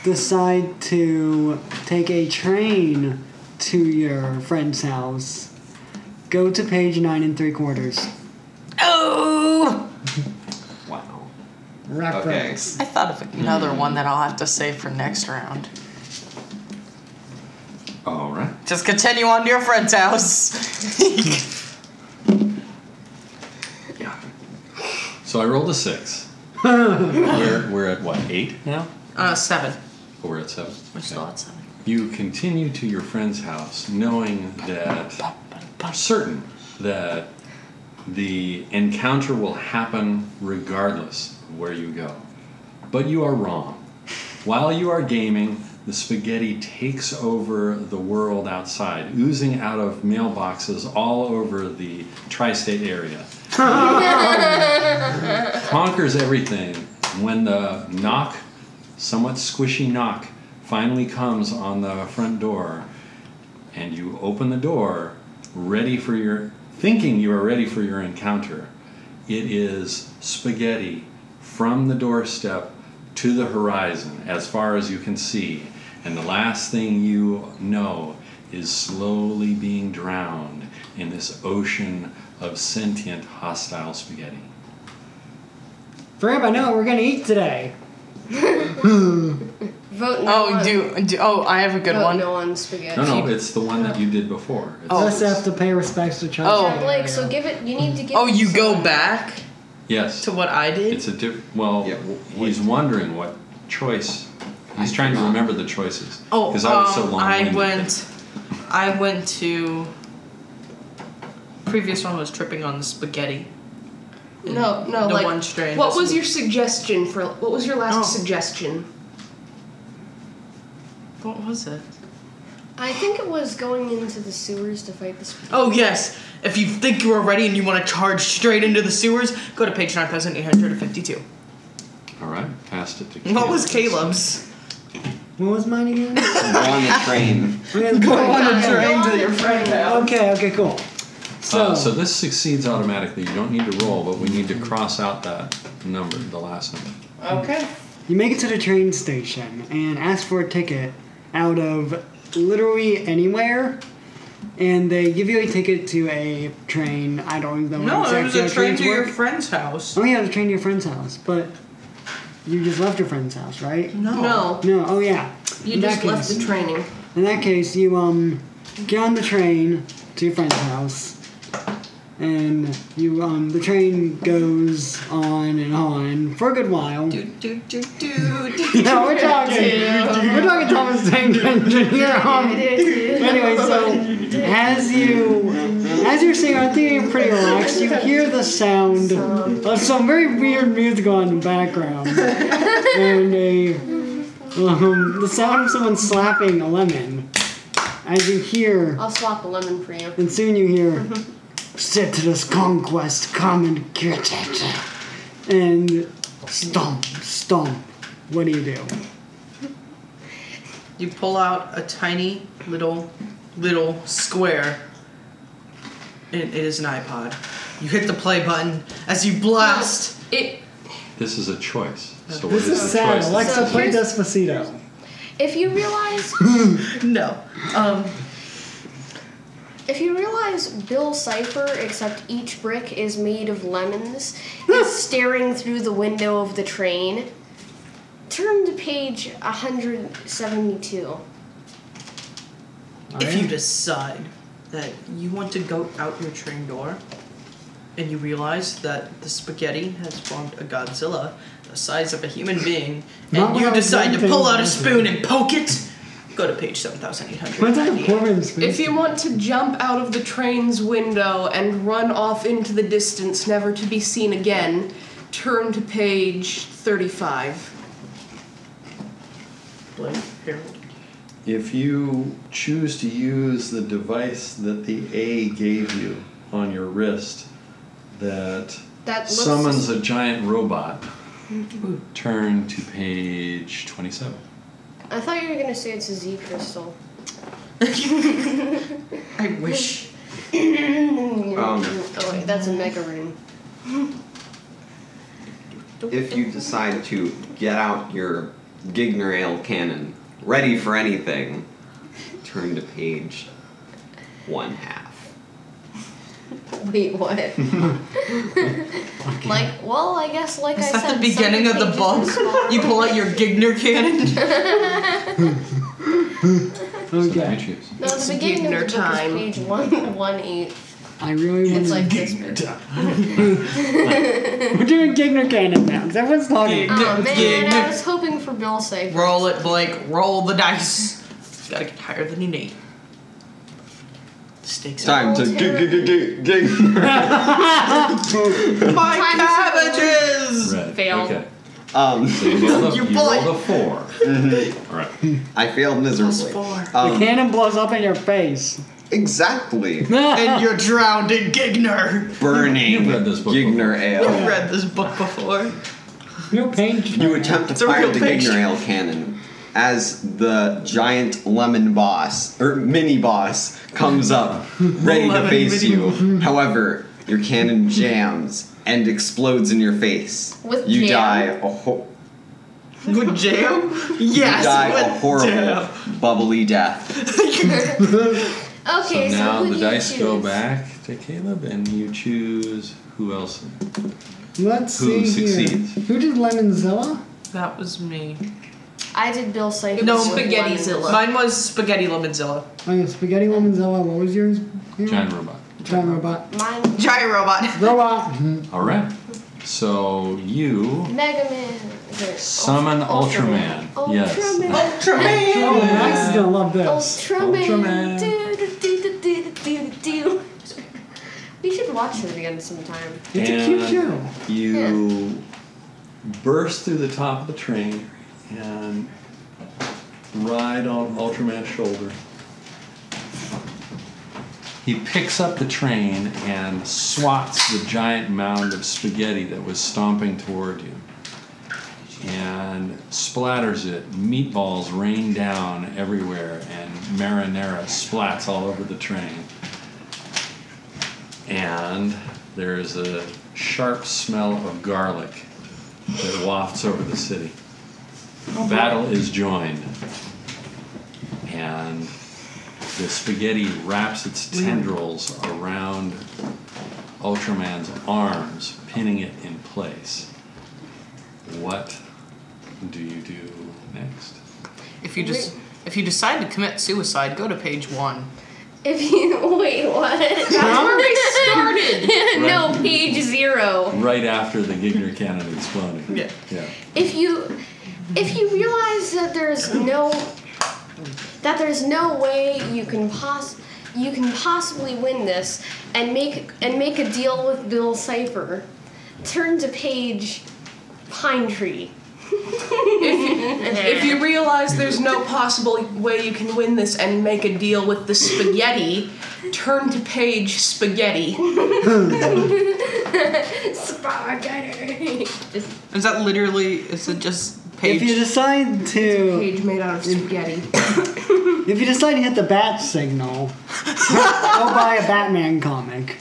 B: decide to take a train to your friend's house, go to page nine and three quarters.
G: Oh!
D: Wow.
B: Reference.
G: I thought of another one that I'll have to save for next round.
C: All right.
G: Just continue on to your friend's house.
C: Yeah. So I rolled a
G: <laughs>
C: six. we're, we're at what, eight now?
G: uh, seven.
C: Or we're at seven.
G: We're still
C: Okay.
G: at seven.
C: You continue to your friend's house knowing that, certain that the encounter will happen regardless of where you go. But you are wrong. While you are gaming, the spaghetti takes over the world outside, oozing out of mailboxes all over the tri state area conquers everything when the knock, somewhat squishy knock, finally comes on the front door, and you open the door, ready for your, thinking you are ready for your encounter. It is spaghetti from the doorstep to the horizon, as far as you can see, and the last thing you know is slowly being drowned in this ocean of sentient, hostile spaghetti.
B: Crap, I know what we're gonna eat today.
E: Vote no
G: Oh,
E: on-
G: do, do oh, I have a good
E: vote
G: one.
E: no on spaghetti.
C: No, no, it's the one that you did before. It's-
B: Let's have to pay respects to each other.
G: Oh.
E: Blake, so give it. You need to give.
G: Oh,
E: it
G: you
E: some-
G: go back
C: yes.
G: to what I did.
C: It's a different. Well,
D: Yeah, w-
C: he's wondering what choice. He's trying to
D: forgot.
C: remember the choices.
G: oh,
C: because I was so
G: um,
C: long.
G: I went. I went to. Previous one was tripping on the spaghetti.
J: No, no,
G: The
J: like
G: one strain
J: what
G: that's-
J: was your suggestion for what was your last
G: Oh.
J: suggestion?
G: What was it?
E: I think it was going into the sewers to fight the spaghetti.
G: Oh yes. If you think you are ready and you want to charge straight into the sewers, go to page nine thousand eight hundred fifty-two.
C: All right, passed it to.
G: What
C: Caleb.
G: was Caleb's?
B: What was mine again?
G: <laughs>
D: Go on the train.
B: We had-
G: on a train to your
B: okay, okay, cool. So,
G: Oh.
C: Uh, so this succeeds automatically. You don't need to roll, but we need to cross out that number, the last number.
G: Okay.
B: you make it to the train station and ask for a ticket out of literally anywhere, and they give you a ticket to a train. I don't know.
G: No,
B: exactly
G: it was a
B: how
G: train
B: trains
G: to your
B: work.
G: friend's house.
B: Oh yeah, the train to your friend's house, but you just left your friend's house, right?
G: No.
J: No,
B: No. Oh yeah.
J: you
B: In
J: just
B: that
J: left
B: case-
J: the training.
B: In that case, you um get on the train to your friend's house, and you um the train goes on and on for a good while.
G: Do do do do. do.
B: <laughs> No, we're talking. we're talking Thomas the
G: <laughs>
B: Tank Engine here. Um, anyway, so as you as you're singing, I think you're pretty relaxed. You hear the sound of some very weird music on in the
G: <laughs>
B: background, and a um, the sound of someone slapping a lemon. As you hear
E: I'll swap a lemon for you.
B: and soon you hear Cetrus Conquest Common Curtet. And stomp, stomp. What do you do?
G: You pull out a tiny little, little square. It, it is an iPod. You hit the play button as you blast.
J: It
C: This is a choice. So what is, the choice? that
B: Alexa,
C: this is?
B: play Despacito.
E: If you realize, <laughs>
G: No. Um.
E: if you realize Bill Cipher, except each brick is made
B: <laughs>
E: of lemons, is staring through the window of the train. Turn to page 172.
G: If you decide that you want to go out your train door and you realize that the spaghetti has formed a Godzilla the size of a human being,
B: Not
G: and you
B: without
G: decide to
B: one
G: pull
B: thing
G: out a
B: on
G: spoon and poke it, go to page
B: What's that the
G: 7898.
B: Corbin's
J: if you want to jump out of the train's window and run off into the distance never to be seen again, turn to page 35.
G: Blake, Harold.
C: If you choose to use the device that the A gave you on your wrist that,
E: That looks- Mm-hmm.
C: summons a giant robot, turn to page 27.
E: I <laughs>
J: <laughs>
E: thought you were gonna say it's a Z crystal.
G: I wish.
D: Um,
E: <laughs> Oh wait, that's a mega room.
D: if you decide to get out your Gignerail cannon, ready for anything, turn to page one half.
E: Wait,
C: <laughs>
E: what? like, well, I guess, like
G: Is
E: I
G: that
E: said,
G: the beginning of
E: some
G: the
E: pages are
G: book? <laughs>
E: smaller.
G: You pull out your Gigner cannon.
B: Okay.
C: Atreus.
E: No,
J: It's
E: the beginning of the
J: Gigner
E: book is
J: time.
E: page one one eight.
B: I really want
E: It's
B: to.
E: like this. big.
B: We're doing Gigner Cannon now, because everyone's talking.
E: Oh man,
G: Gigner.
E: I was hoping for Bill safe.
G: Roll it, Blake. Roll the dice. Gotta get higher than an eight. The stakes are
D: Time to
E: Old
D: gig gig gig gig gig.
G: my
E: Time to-
G: cabbages.
C: Red.
E: Fail.
C: Okay.
D: Um,
C: So you rolled a,
G: You
C: you
G: bullet.
C: rolled a four. All right.
D: <laughs> I failed miserably.
G: Plus four.
B: The
D: Um,
B: cannon blows up in your face.
C: <laughs>
D: exactly.
G: And you're drowned in Gigner.
D: Burning
C: You've read this book
D: Gigner ale.
G: I've read this book before.
B: Your page.
D: You attempt to
G: a
D: fire
G: real
D: the
G: picture.
D: Gigner ale cannon as the giant lemon boss or mini boss comes
G: <laughs>
D: up, ready to
G: Lemon
D: face
G: mini-
D: you. However, your
G: <laughs>
D: cannon jams and explodes in your face.
E: With
D: you
E: jam?
D: die a ho-
G: Good jam.
D: you
G: <laughs> Yes.
D: die a
G: with
D: horrible
G: jam.
D: bubbly death.
E: <laughs> Okay, so,
C: now
E: who do
C: the
E: you
C: dice
E: choose?
C: go back to Caleb, and you choose who else.
B: Let's
C: Who
B: see
C: succeeds?
B: here. Who did Lemonzilla?
G: That was me.
E: I did Bill safe.
G: No,
J: Spaghetti Zilla.
G: Mine was spaghetti lemonzilla.
B: Oh, yeah, Spaghetti Lemonzilla. What was yours?
C: Giant robot.
B: Giant robot.
E: Mine,
G: Giant robot.
B: <laughs> Robot. Mhm.
C: All right. So you
E: Mega Man. Here,
C: summon
E: Ultraman.
C: Ultraman. Yes.
E: Ultraman.
B: Oh, Max is gonna love this.
E: Ultraman.
C: Ultraman.
E: Do-do-do-do-do-do-do. We should watch it again sometime.
B: It's a cute
C: And
B: show.
C: You burst through the top of the train and ride on Ultraman's shoulder. He picks up the train and swats the giant mound of spaghetti that was stomping toward you and splatters it. Meatballs rain down everywhere, and marinara splats all over the train. And there is a sharp smell of garlic that wafts over the city. Battle is joined, and the spaghetti wraps its tendrils around Ultraman's arms, pinning it in place. What do you do next?
G: If you just if you decide to commit suicide, go to page one.
E: If you <laughs> wait, what? That's where we started. <laughs> no, page zero.
C: Right after the Gigner cannon exploding. Yeah. Yeah.
E: if you if you realize that there's no that there's no way you can poss you can possibly win this and make and make a deal with Bill Cipher, turn to page Pine Tree.
J: If you realize there's no possible way you can win this and make a deal with the spaghetti, turn to page spaghetti.
E: Spaghetti.
G: Is that literally? Is it just page?
B: If you decide to,
J: Page made out of spaghetti.
B: if you decide to hit the bat <laughs> signal, go buy a Batman comic.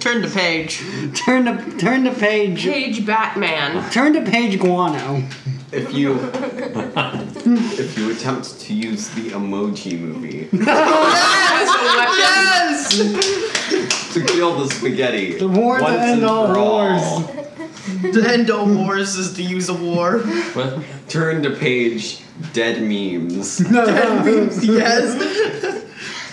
G: Turn to page.
B: Turn to turn to page.
J: Page Batman.
B: Turn to page guano.
D: If you
G: <laughs>
D: if you attempt to use the emoji movie
G: Yes. <laughs>
D: to kill the spaghetti,
B: The war
D: once
B: to end
D: and
B: all
D: for all,
B: wars.
G: The end all wars is to use a war.
C: What?
D: turn to page dead memes.
F: <laughs>
G: Yes.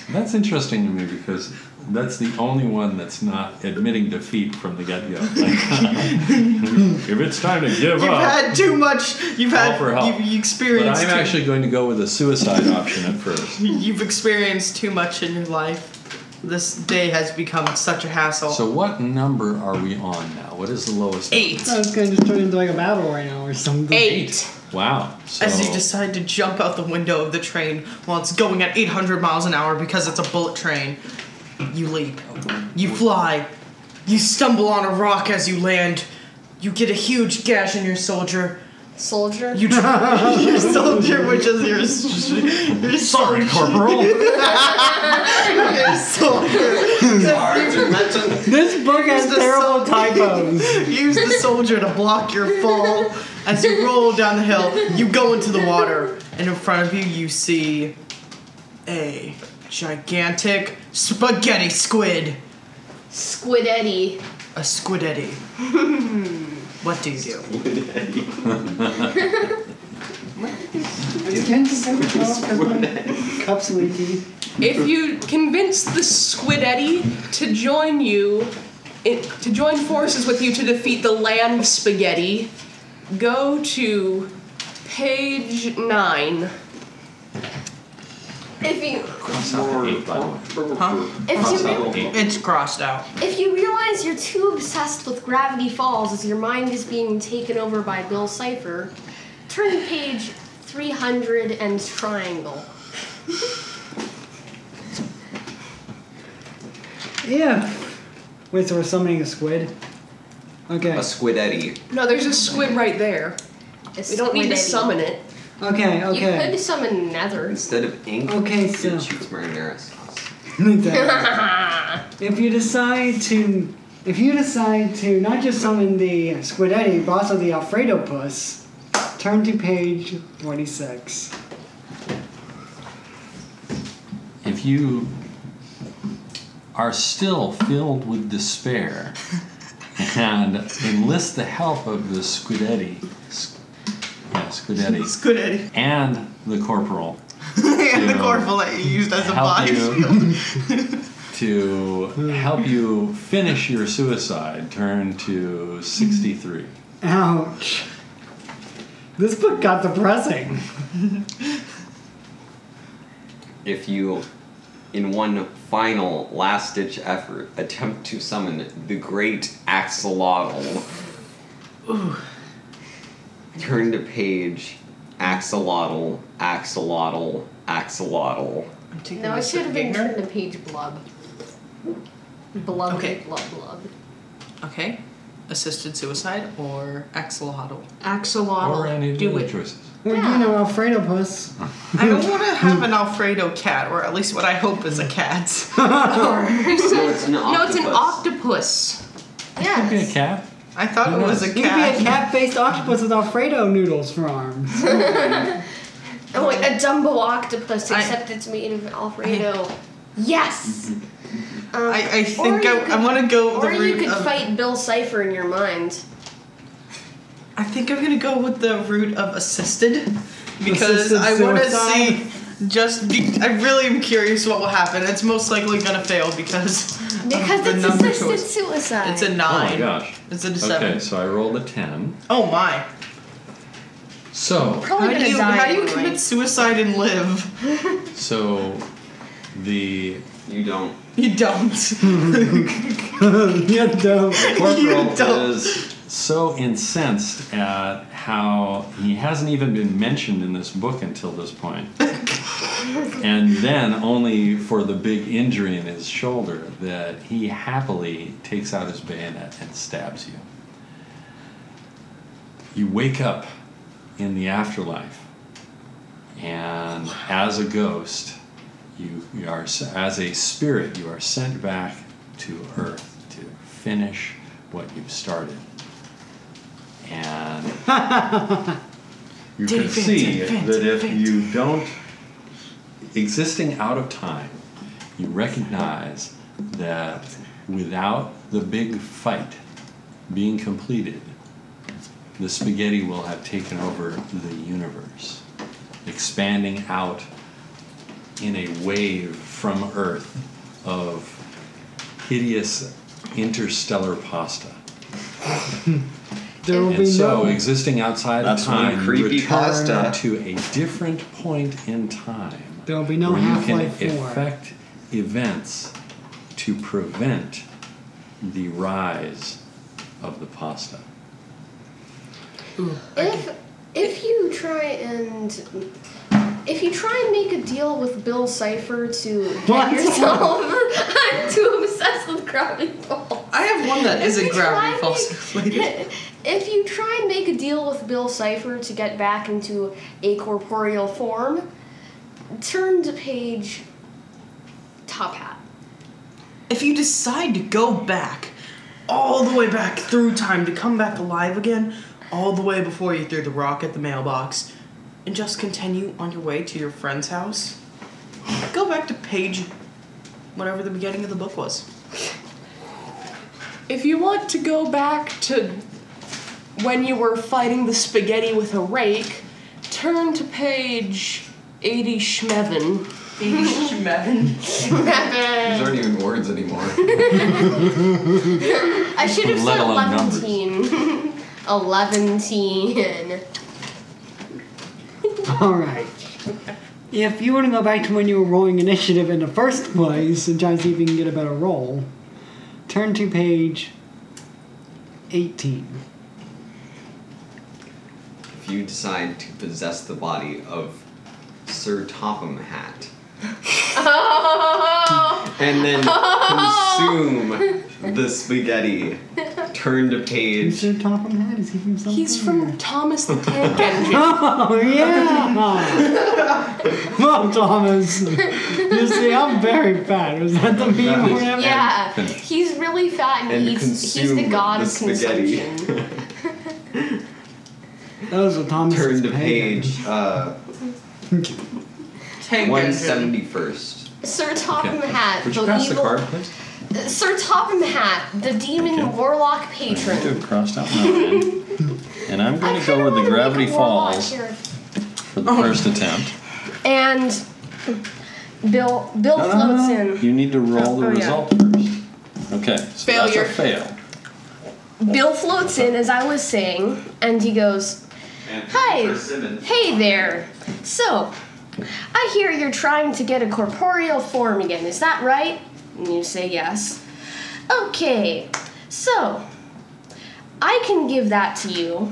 C: That's interesting to me because that's the only one that's not admitting defeat from the get <laughs> go. if it's time to give
G: You've
C: up.
G: had too much. You've
C: Call
G: had.
C: for help.
G: You've, you
C: but
G: experienced.
C: I'm
G: too-
C: actually going to go with a suicide option at first.
G: You've experienced too much in your life. This day has become such a hassle.
C: So, what number are we on now? What is the lowest?
G: eight.
B: I was gonna just turn into like a battle right now or something.
G: Eight.
C: Wow. So,
G: As you decide to jump out the window of the train while it's going at 800 miles an hour because it's a bullet train, you leap. You fly. You stumble on a rock as you land. You get a huge gash in your soldier.
E: Soldier.
G: You try your soldier, which is your, s- your
C: Sorry, Corporal.
G: your soldier.
D: Mention
B: This book has
G: the
B: terrible
G: song.
B: <laughs> typos.
G: Use the soldier to block your fall. As you roll down the hill, you go into the water, and in front of you, you see a gigantic spaghetti squid.
E: Squid Eddie.
G: A
E: <laughs>
G: squidetti. what do you do?
B: You can't just have a cup
D: <laughs>
B: 'cause my cup's leaky.
J: If you convince the Squid Eddie to join you, it, to join forces with you to defeat the Land Spaghetti, go to page nine.
E: If you
C: Cross out the eight, by the way.
G: Huh?
E: if you re-
G: It's crossed out.
E: if you realize you're too obsessed with Gravity Falls as your mind is being taken over by Bill Cipher, turn to page 300 and triangle.
B: Yeah. Wait, so we're summoning a squid? Okay.
D: a squid eddy.
J: No, there's a squid right there.
E: It's
J: We don't need to
E: Squid Eddie.
J: summon it.
B: Okay,
E: You could
B: okay.
E: summon Nether.
D: Instead of ink,
B: Okay,
D: you
B: so-
D: choose marinara sauce.
B: <laughs> Exactly. if you decide to. If you decide to not just summon the Squidetti, but also the Alfredo Puss, turn to page 46.
C: If you are still filled with
G: <laughs>
C: despair and enlist the help of the Scudetti, Sc- yeah, Scudetti,
G: Squidetti.
C: and the Corporal
G: <laughs> and the
C: Yeah.
G: corporal that you used as a
C: Help
G: body
C: you.
G: shield.
C: <laughs>
G: <laughs>
C: to help you finish your suicide, turn to 63.
B: Ouch. This book got depressing. <laughs>
D: If you, in one final last ditch effort, attempt to summon the great axolotl, turn to page axolotl, axolotl, axolotl.
G: I'm taking
E: No,
G: a
E: it should have been
G: sip here.
E: turned to page blub. Blub,
G: Okay.
E: blub, blub.
G: Okay. Assisted suicide or axolotl?
C: Or
J: Axolotl.
C: any of the
G: Do
C: other
G: it.
C: choices.
B: Well, you know, Alfredo Puss.
C: <laughs>
G: I don't want to have an Alfredo cat, or at least what I hope is a cat.
D: No, it's an
J: No, it's an
D: octopus.
J: octopus.
E: Yes.
C: Be a cat.
G: I thought it was a
B: You could be a
G: cat.
B: cat faced octopus with Alfredo noodles for arms.
E: Oh, like a jumbo octopus,
G: I-
E: except it's made of Alfredo. yes. Um,
G: I, I
E: or
G: think
E: you
G: I,
E: could,
G: I want to go
E: Or
G: the
E: you
G: route
E: could
G: of.
E: fight Bill Cipher in your mind.
G: I think I'm gonna go with the route of assisted because
B: Assisted
G: I want to
B: suicide.
G: see. Just, be, I really am curious what will happen. It's most likely gonna fail because of
E: Because
G: the
E: it's
G: number
E: assisted
G: choice.
E: suicide.
G: It's a
C: Oh
G: nine.
C: my gosh.
G: It's a seven.
C: Okay, so I rolled a 10.
G: Oh my!
C: So,
E: Probably
G: how
E: gonna
G: do you
E: die
G: how do you
E: anyway.
G: commit suicide and live?
C: so the <laughs>
D: You don't.
G: You don't.
B: yeah, dope.
C: corporal
G: don't.
C: is so incensed at how he hasn't even been mentioned in this book until this <laughs> point. and then only for the big injury in his shoulder that he happily takes out his bayonet and stabs you. You wake up in the afterlife and as a ghost you, you are s- as a spirit you are sent back to earth to finish what you've started and you can see that if you don't existing out of time you recognize that without the big fight being completed the spaghetti will have taken over the universe expanding out in a wave from Earth of hideous interstellar pasta.
B: There will
C: And
B: be
C: so,
B: no.
C: existing outside
D: That's
C: of time,
D: one creepy
C: you return
D: pasta.
C: to a different point in time
B: There will be no
C: where you can
B: Half-Life 4.
C: affect events to prevent the rise of the pasta.
E: If if you try and if you try and make a deal with Bill Cipher to get
B: What?
E: <laughs> yourself, I'm too obsessed with Gravity Falls. <laughs>
G: I have one that isn't
E: you
G: gravity
E: try
G: falls
E: make-
G: inflated.
E: If you try and make a deal with Bill Cipher to get back into a corporeal form, turn to page Top Hat.
G: If you decide to go back, all the way back through time to come back alive again, all the way before you threw the rock at the mailbox, and just continue on your way to your friend's house, go back to page whatever the beginning of the book was.
J: If you want to go back to when you were fighting the spaghetti with a rake, turn to page 80 Schmevin.
D: These aren't even words anymore.
E: I should have
C: Let
E: said
C: alone
E: <laughs> 11 11 <laughs> teen.
B: All right. If you want to go back to when you were rolling initiative in the first place and try to see if you can get a better roll, turn to page 18.
D: if you decide to possess the body of Sir Topham Hat
E: Oh!
D: and
B: <laughs>
D: then consume the spaghetti, turn to
B: Is
D: page.
B: Sir Topham Hatt? Is he from somewhere?
J: He's from Thomas the Tank Engine.
B: Oh, yeah! <laughs> well, Thomas, you see, I'm very fat. Was that the meme or whatever?
E: Yeah, he's really fat and,
D: And
E: he eats. He's the
D: consume
E: god
D: the
E: of
D: spaghetti.
E: consumption.
B: That was what Thomas
D: Turn to
B: pagan.
D: page uh,
G: Tank engine.
D: 171st.
E: Sir Topham
C: <laughs> Okay.
E: Hat,
C: Would
E: the
C: you pass the
E: evil.
C: card, please?
E: Sir Topham Hat, the demon
C: Okay. I
E: warlock
C: need to
E: patron.
C: have crossed out nine. and I'm
E: I
C: going to
E: kinda
C: go with
E: wanna
C: the
E: make
C: Gravity
E: a warlock
C: Falls
E: here.
C: for
G: Oh.
C: the first attempt.
E: And Bill Bill floats in.
C: You need to roll the
G: Oh, yeah.
C: result first. Okay, so
J: Failure.
C: that's a fail.
E: Bill floats in, as I was saying, and he goes, Hi! Hey there! So, I hear you're trying to get a corporeal form again, is that right? And you say yes. Okay, so, I can give that to you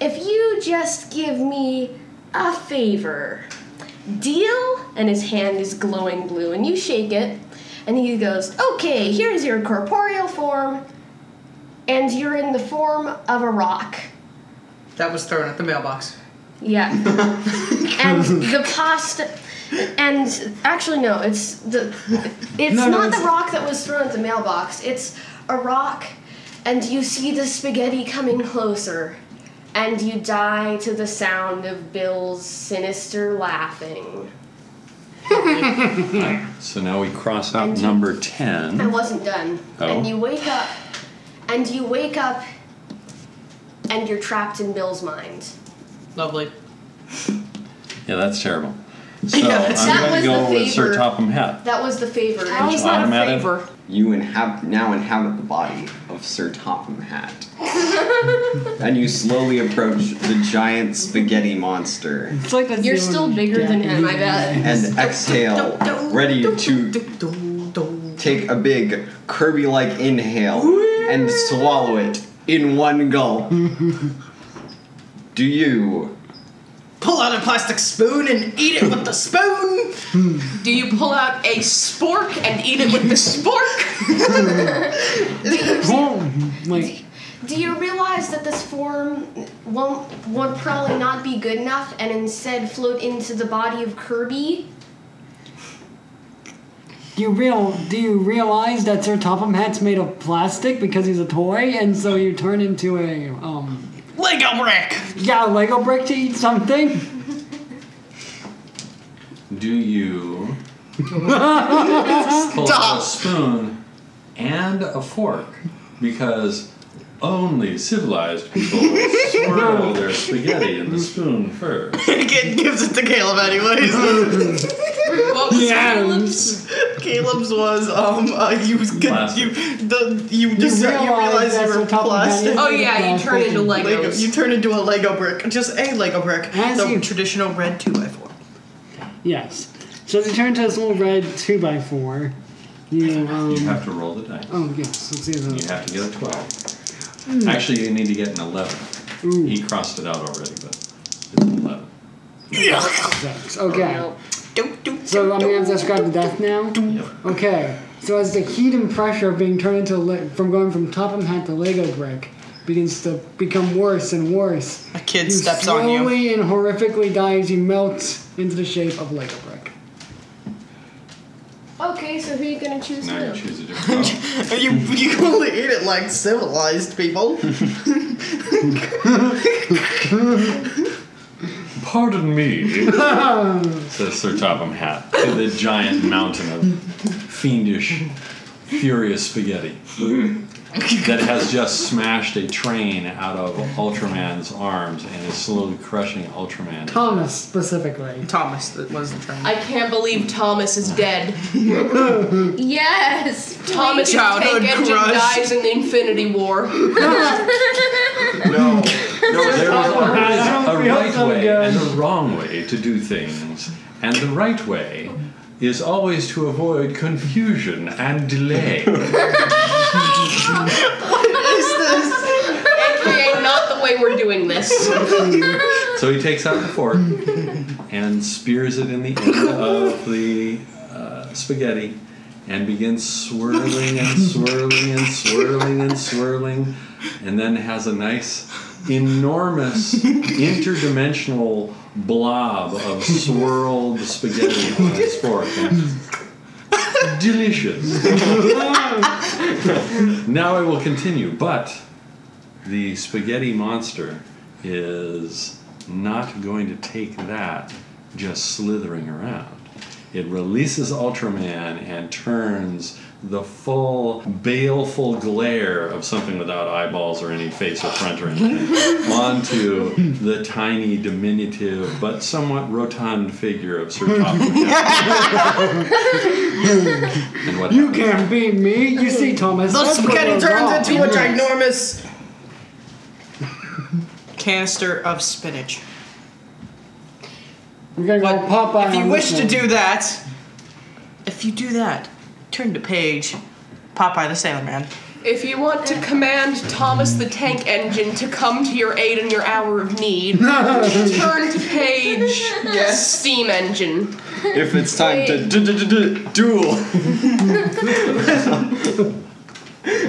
E: if you just give me a favor. Deal? And his hand is glowing blue, and you shake it, and he goes, Okay, here's your corporeal form, and you're in the form of a rock.
G: That was thrown at the mailbox.
B: <laughs>
E: Yeah. and the pasta. And actually, no, it's the. It's
B: No,
E: not
B: no,
E: the
B: it's-
E: rock that was thrown at the mailbox. It's a rock, and you see the spaghetti coming closer, and you die to the sound of Bill's sinister laughing.
C: So now we cross out
E: And you-
C: number
E: I
C: 10.
E: wasn't done.
C: Oh.
E: And you wake up, and you wake up, and you're trapped in Bill's mind.
G: Lovely.
C: Yeah, that's
E: <laughs>
C: terrible. So
G: that's-
E: That
C: I'm
E: was
C: going to go
E: the
C: with Sir
E: favor.
C: Topham Hat.
E: That was the favor.
J: How is that a
C: Automatic.
J: favor?
D: You inhab- now inhabit the body of Sir Topham
G: <laughs>
D: Hat. and you slowly approach the giant spaghetti monster
B: It's like that's
E: You're
B: the only
E: still bigger than him, I bet.
D: and exhale, ready to take a big Kirby like inhale and swallow it in one
G: <laughs>
D: gulp. Do you?
G: Pull out a plastic spoon and eat it with the spoon.
J: Do you pull out a spork and eat it with the spork?
B: Boom! Like,
E: Do you realize that this form won't won't probably not be good enough and instead float into the body of Kirby?
B: you real do you realize that Sir Topham Hatt's made of plastic because he's a toy, and so you turn into a um
G: Lego brick.
B: yeah Lego brick to eat something?
C: Do you pull out a spoon and a fork? Because only civilized people swirl their spaghetti in the spoon first.
G: Kid gives it to Caleb anyways. <laughs>
J: What was
B: Yes.
J: Caleb's?
G: Caleb's was um uh, you was good,
C: Plastic.
G: you the you just you
B: realize
G: realize,
B: that's
G: you were
B: on top of that
G: plastic.
B: is-
J: Oh yeah, you turn into Legos.
G: Lego, you turn into a Lego brick, just a Lego brick,
B: As
G: the
B: you-
G: traditional red two by four.
B: Yes. So as you turn into this little red two by four, you um
C: You have to roll the dice.
B: oh yes let's see
C: You
B: the
C: have to get a 12. Actually, you need to get an 11. He crossed it out already, but it's an 11.
B: okay.
E: Nope.
G: Do, do,
B: So I'm
G: do,
B: gonna have to describe the death now.
C: Yep.
B: Okay. So as the heat and pressure of being turned into le- from going from Topham hat to Lego brick begins to become worse and worse,
F: A kid steps on you.
B: Slowly and horrifically die as you melt into the shape of Lego brick.
E: Okay, so who are you gonna choose
C: Now you
E: now?
C: choose a different color.
F: you you only eat it like civilized people.
C: Pardon me, says Sir Topham Hat to the giant mountain of fiendish, furious spaghetti that has just smashed a train out of Ultraman's arms and is slowly crushing Ultraman.
F: <laughs>
B: Thomas specifically.
F: Thomas that was the train.
G: I can't believe Thomas is dead.
E: Yes!
G: Thomas'
F: Childhood
G: tank engine
F: crush.
G: dies in the Infinity War.
C: No, no, there was always
B: I don't
C: a
B: feel
C: right
B: so
C: way
B: good.
C: and a wrong way to do things, and the right way is always to avoid confusion and delay.
G: AKA not the way we're doing this.
C: So he takes out the fork and spears it in the end of the uh, spaghetti and begins swirling and swirling and swirling and swirling and then has a nice enormous interdimensional blob of swirled spaghetti on his fork. Delicious. now I will continue, but the spaghetti monster is not going to take that just slithering around. It releases Ultraman and turns the full baleful glare of something without eyeballs or any face or front or anything onto the tiny, diminutive, but somewhat rotund figure of Sir Topham. and what
B: You
C: happens?
B: can't beat me. You see, Thomas.
F: The
B: that's what
F: spaghetti
B: goes wrong.
F: turns into a ginormous canister of spinach.
B: We're gonna go Popeye.
F: if you
B: on
F: wish
B: this
F: to
B: one.
F: do that, if you do that, turn to page Popeye the Sailor Man.
G: If you want to command Thomas the Tank Engine to come to your aid in your hour of need, turn to page Steam Engine.
D: If it's time to d- d- d- d- duel <laughs>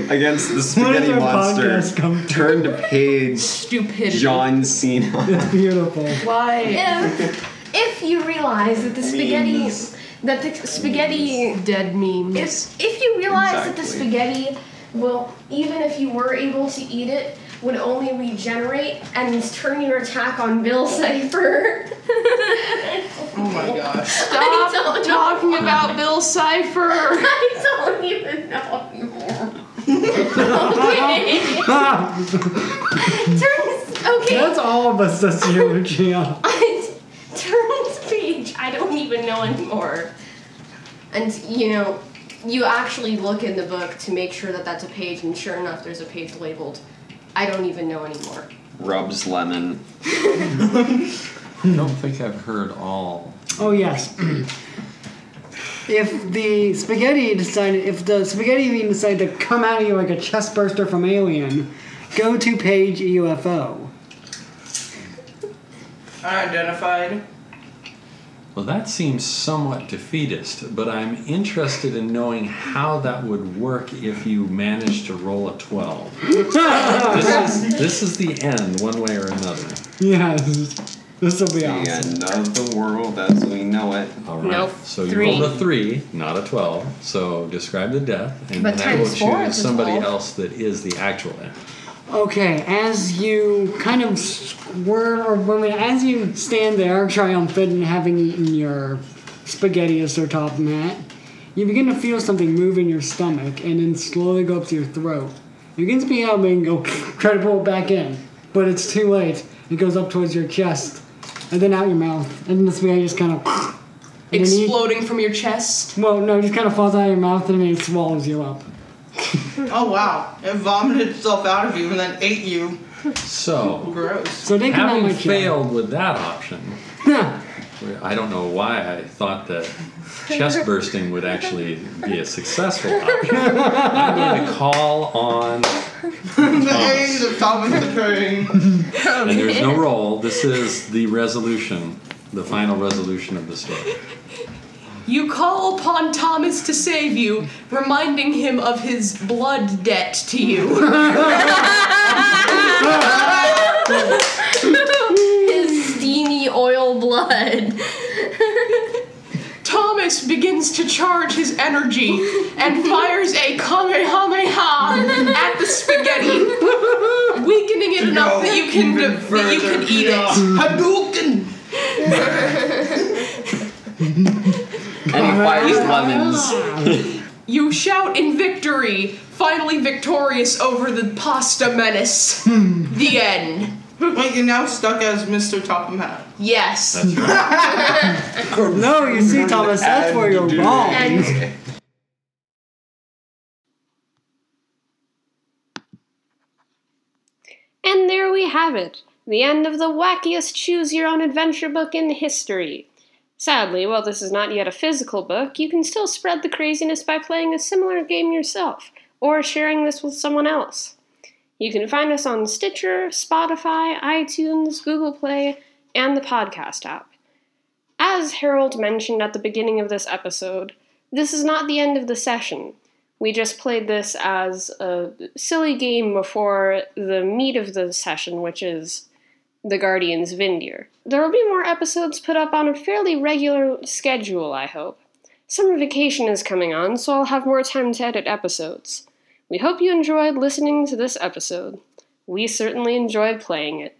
D: against the
B: When does
D: spaghetti
B: our
D: monster,
B: podcast come to?
D: turn to page
G: Stupidity.
D: John Cena.
B: It's beautiful. <laughs>
G: Why?
E: If, if you realize that the spaghetti.
D: Memes.
E: That the spaghetti.
G: Dead memes.
E: If, if you realize that the
D: Exactly.
E: spaghetti will, even if you were able to eat it, would only regenerate and turn your attack on Bill Cipher. <laughs>
F: Oh my gosh.
E: I
G: Stop
E: don't know.
G: talking about Bill Cipher.
E: I don't even know <laughs> anymore.
B: Ah,
E: okay. Turns. Okay.
B: that's all of us this year,
F: <laughs>
B: Lucia.
E: <laughs> Turns page. I don't even know anymore. And you know, you actually look in the book to make sure that that's a page, and sure enough, there's a page labeled. I don't even know anymore.
D: Rubs lemon.
C: I don't think I've heard all.
B: Oh yes. <clears throat> if the spaghetti decided, if the spaghetti bean decided to come at you like a chest burster from Alien, go to page E UFO.
F: Unidentified.
C: Well, that seems somewhat defeatist, but I'm interested in knowing how that would work if you managed to roll a 12. This is, this is the end, one way or another.
B: yes, this will be
D: The end
B: awesome.
D: of the world as we know it.
C: All right.
E: Nope.
C: So you
E: Three.
C: rolled a 3, not a 12. So describe the death, and
E: But
C: then I will
E: times four
C: choose
E: is a
C: somebody
E: 12.
C: else that is the actual end.
B: Okay, as you kind of squirm, or I mean, as you stand there triumphant and having eaten your spaghetti as their top mat, you begin to feel something move in your stomach and then slowly go up to your throat. You begin to be out and go, <laughs> try to pull it back in, but it's too late. It goes up towards your chest and then out your mouth, and then the spaghetti just kind of. and then you-
G: Exploding from your chest.
B: Well, no, it just kind of falls out of your mouth and then it swallows you up.
F: Oh wow. It vomited itself out of you and then ate you.
C: So,
F: Gross.
B: So they come out
C: having
B: my chest.
C: failed with that option, I don't know why I thought that chest bursting would actually be a successful option. I'm going to call
F: <laughs>
C: on,
F: the eggs of Thomas the Train.
C: and there's no roll. This is the resolution, the final resolution of the story.
J: You call upon Thomas to save you, reminding him of his blood debt to you.
E: His <laughs> steamy oil <laughs> blood.
J: Thomas begins to charge his energy and fires a Kamehameha at the spaghetti, weakening it enough that you can that you can eat it.
K: Hadouken! and he fires lemons.
J: You shout in victory, finally victorious over the pasta menace. the end.
G: Wait, you're now stuck as Mr. Topham Hat.
J: Yes.
C: That's right.
B: No, you see, Thomas, that's where you're wrong.
E: And
A: And there we have it the end of the wackiest choose your own adventure book in history. Sadly, while this is not yet a physical book, you can still spread the craziness by playing a similar game yourself or sharing this with someone else. You can find us on Stitcher, Spotify, iTunes, Google Play, and the podcast app. As Harold mentioned at the beginning of this episode, this is not the end of the session. We just played this as a silly game before the meat of the session, which is the Guardian's Vindir. There will be more episodes put up on a fairly regular schedule, I hope. Summer vacation is coming on, so I'll have more time to edit episodes. We hope you enjoyed listening to this episode. We certainly enjoyed playing it.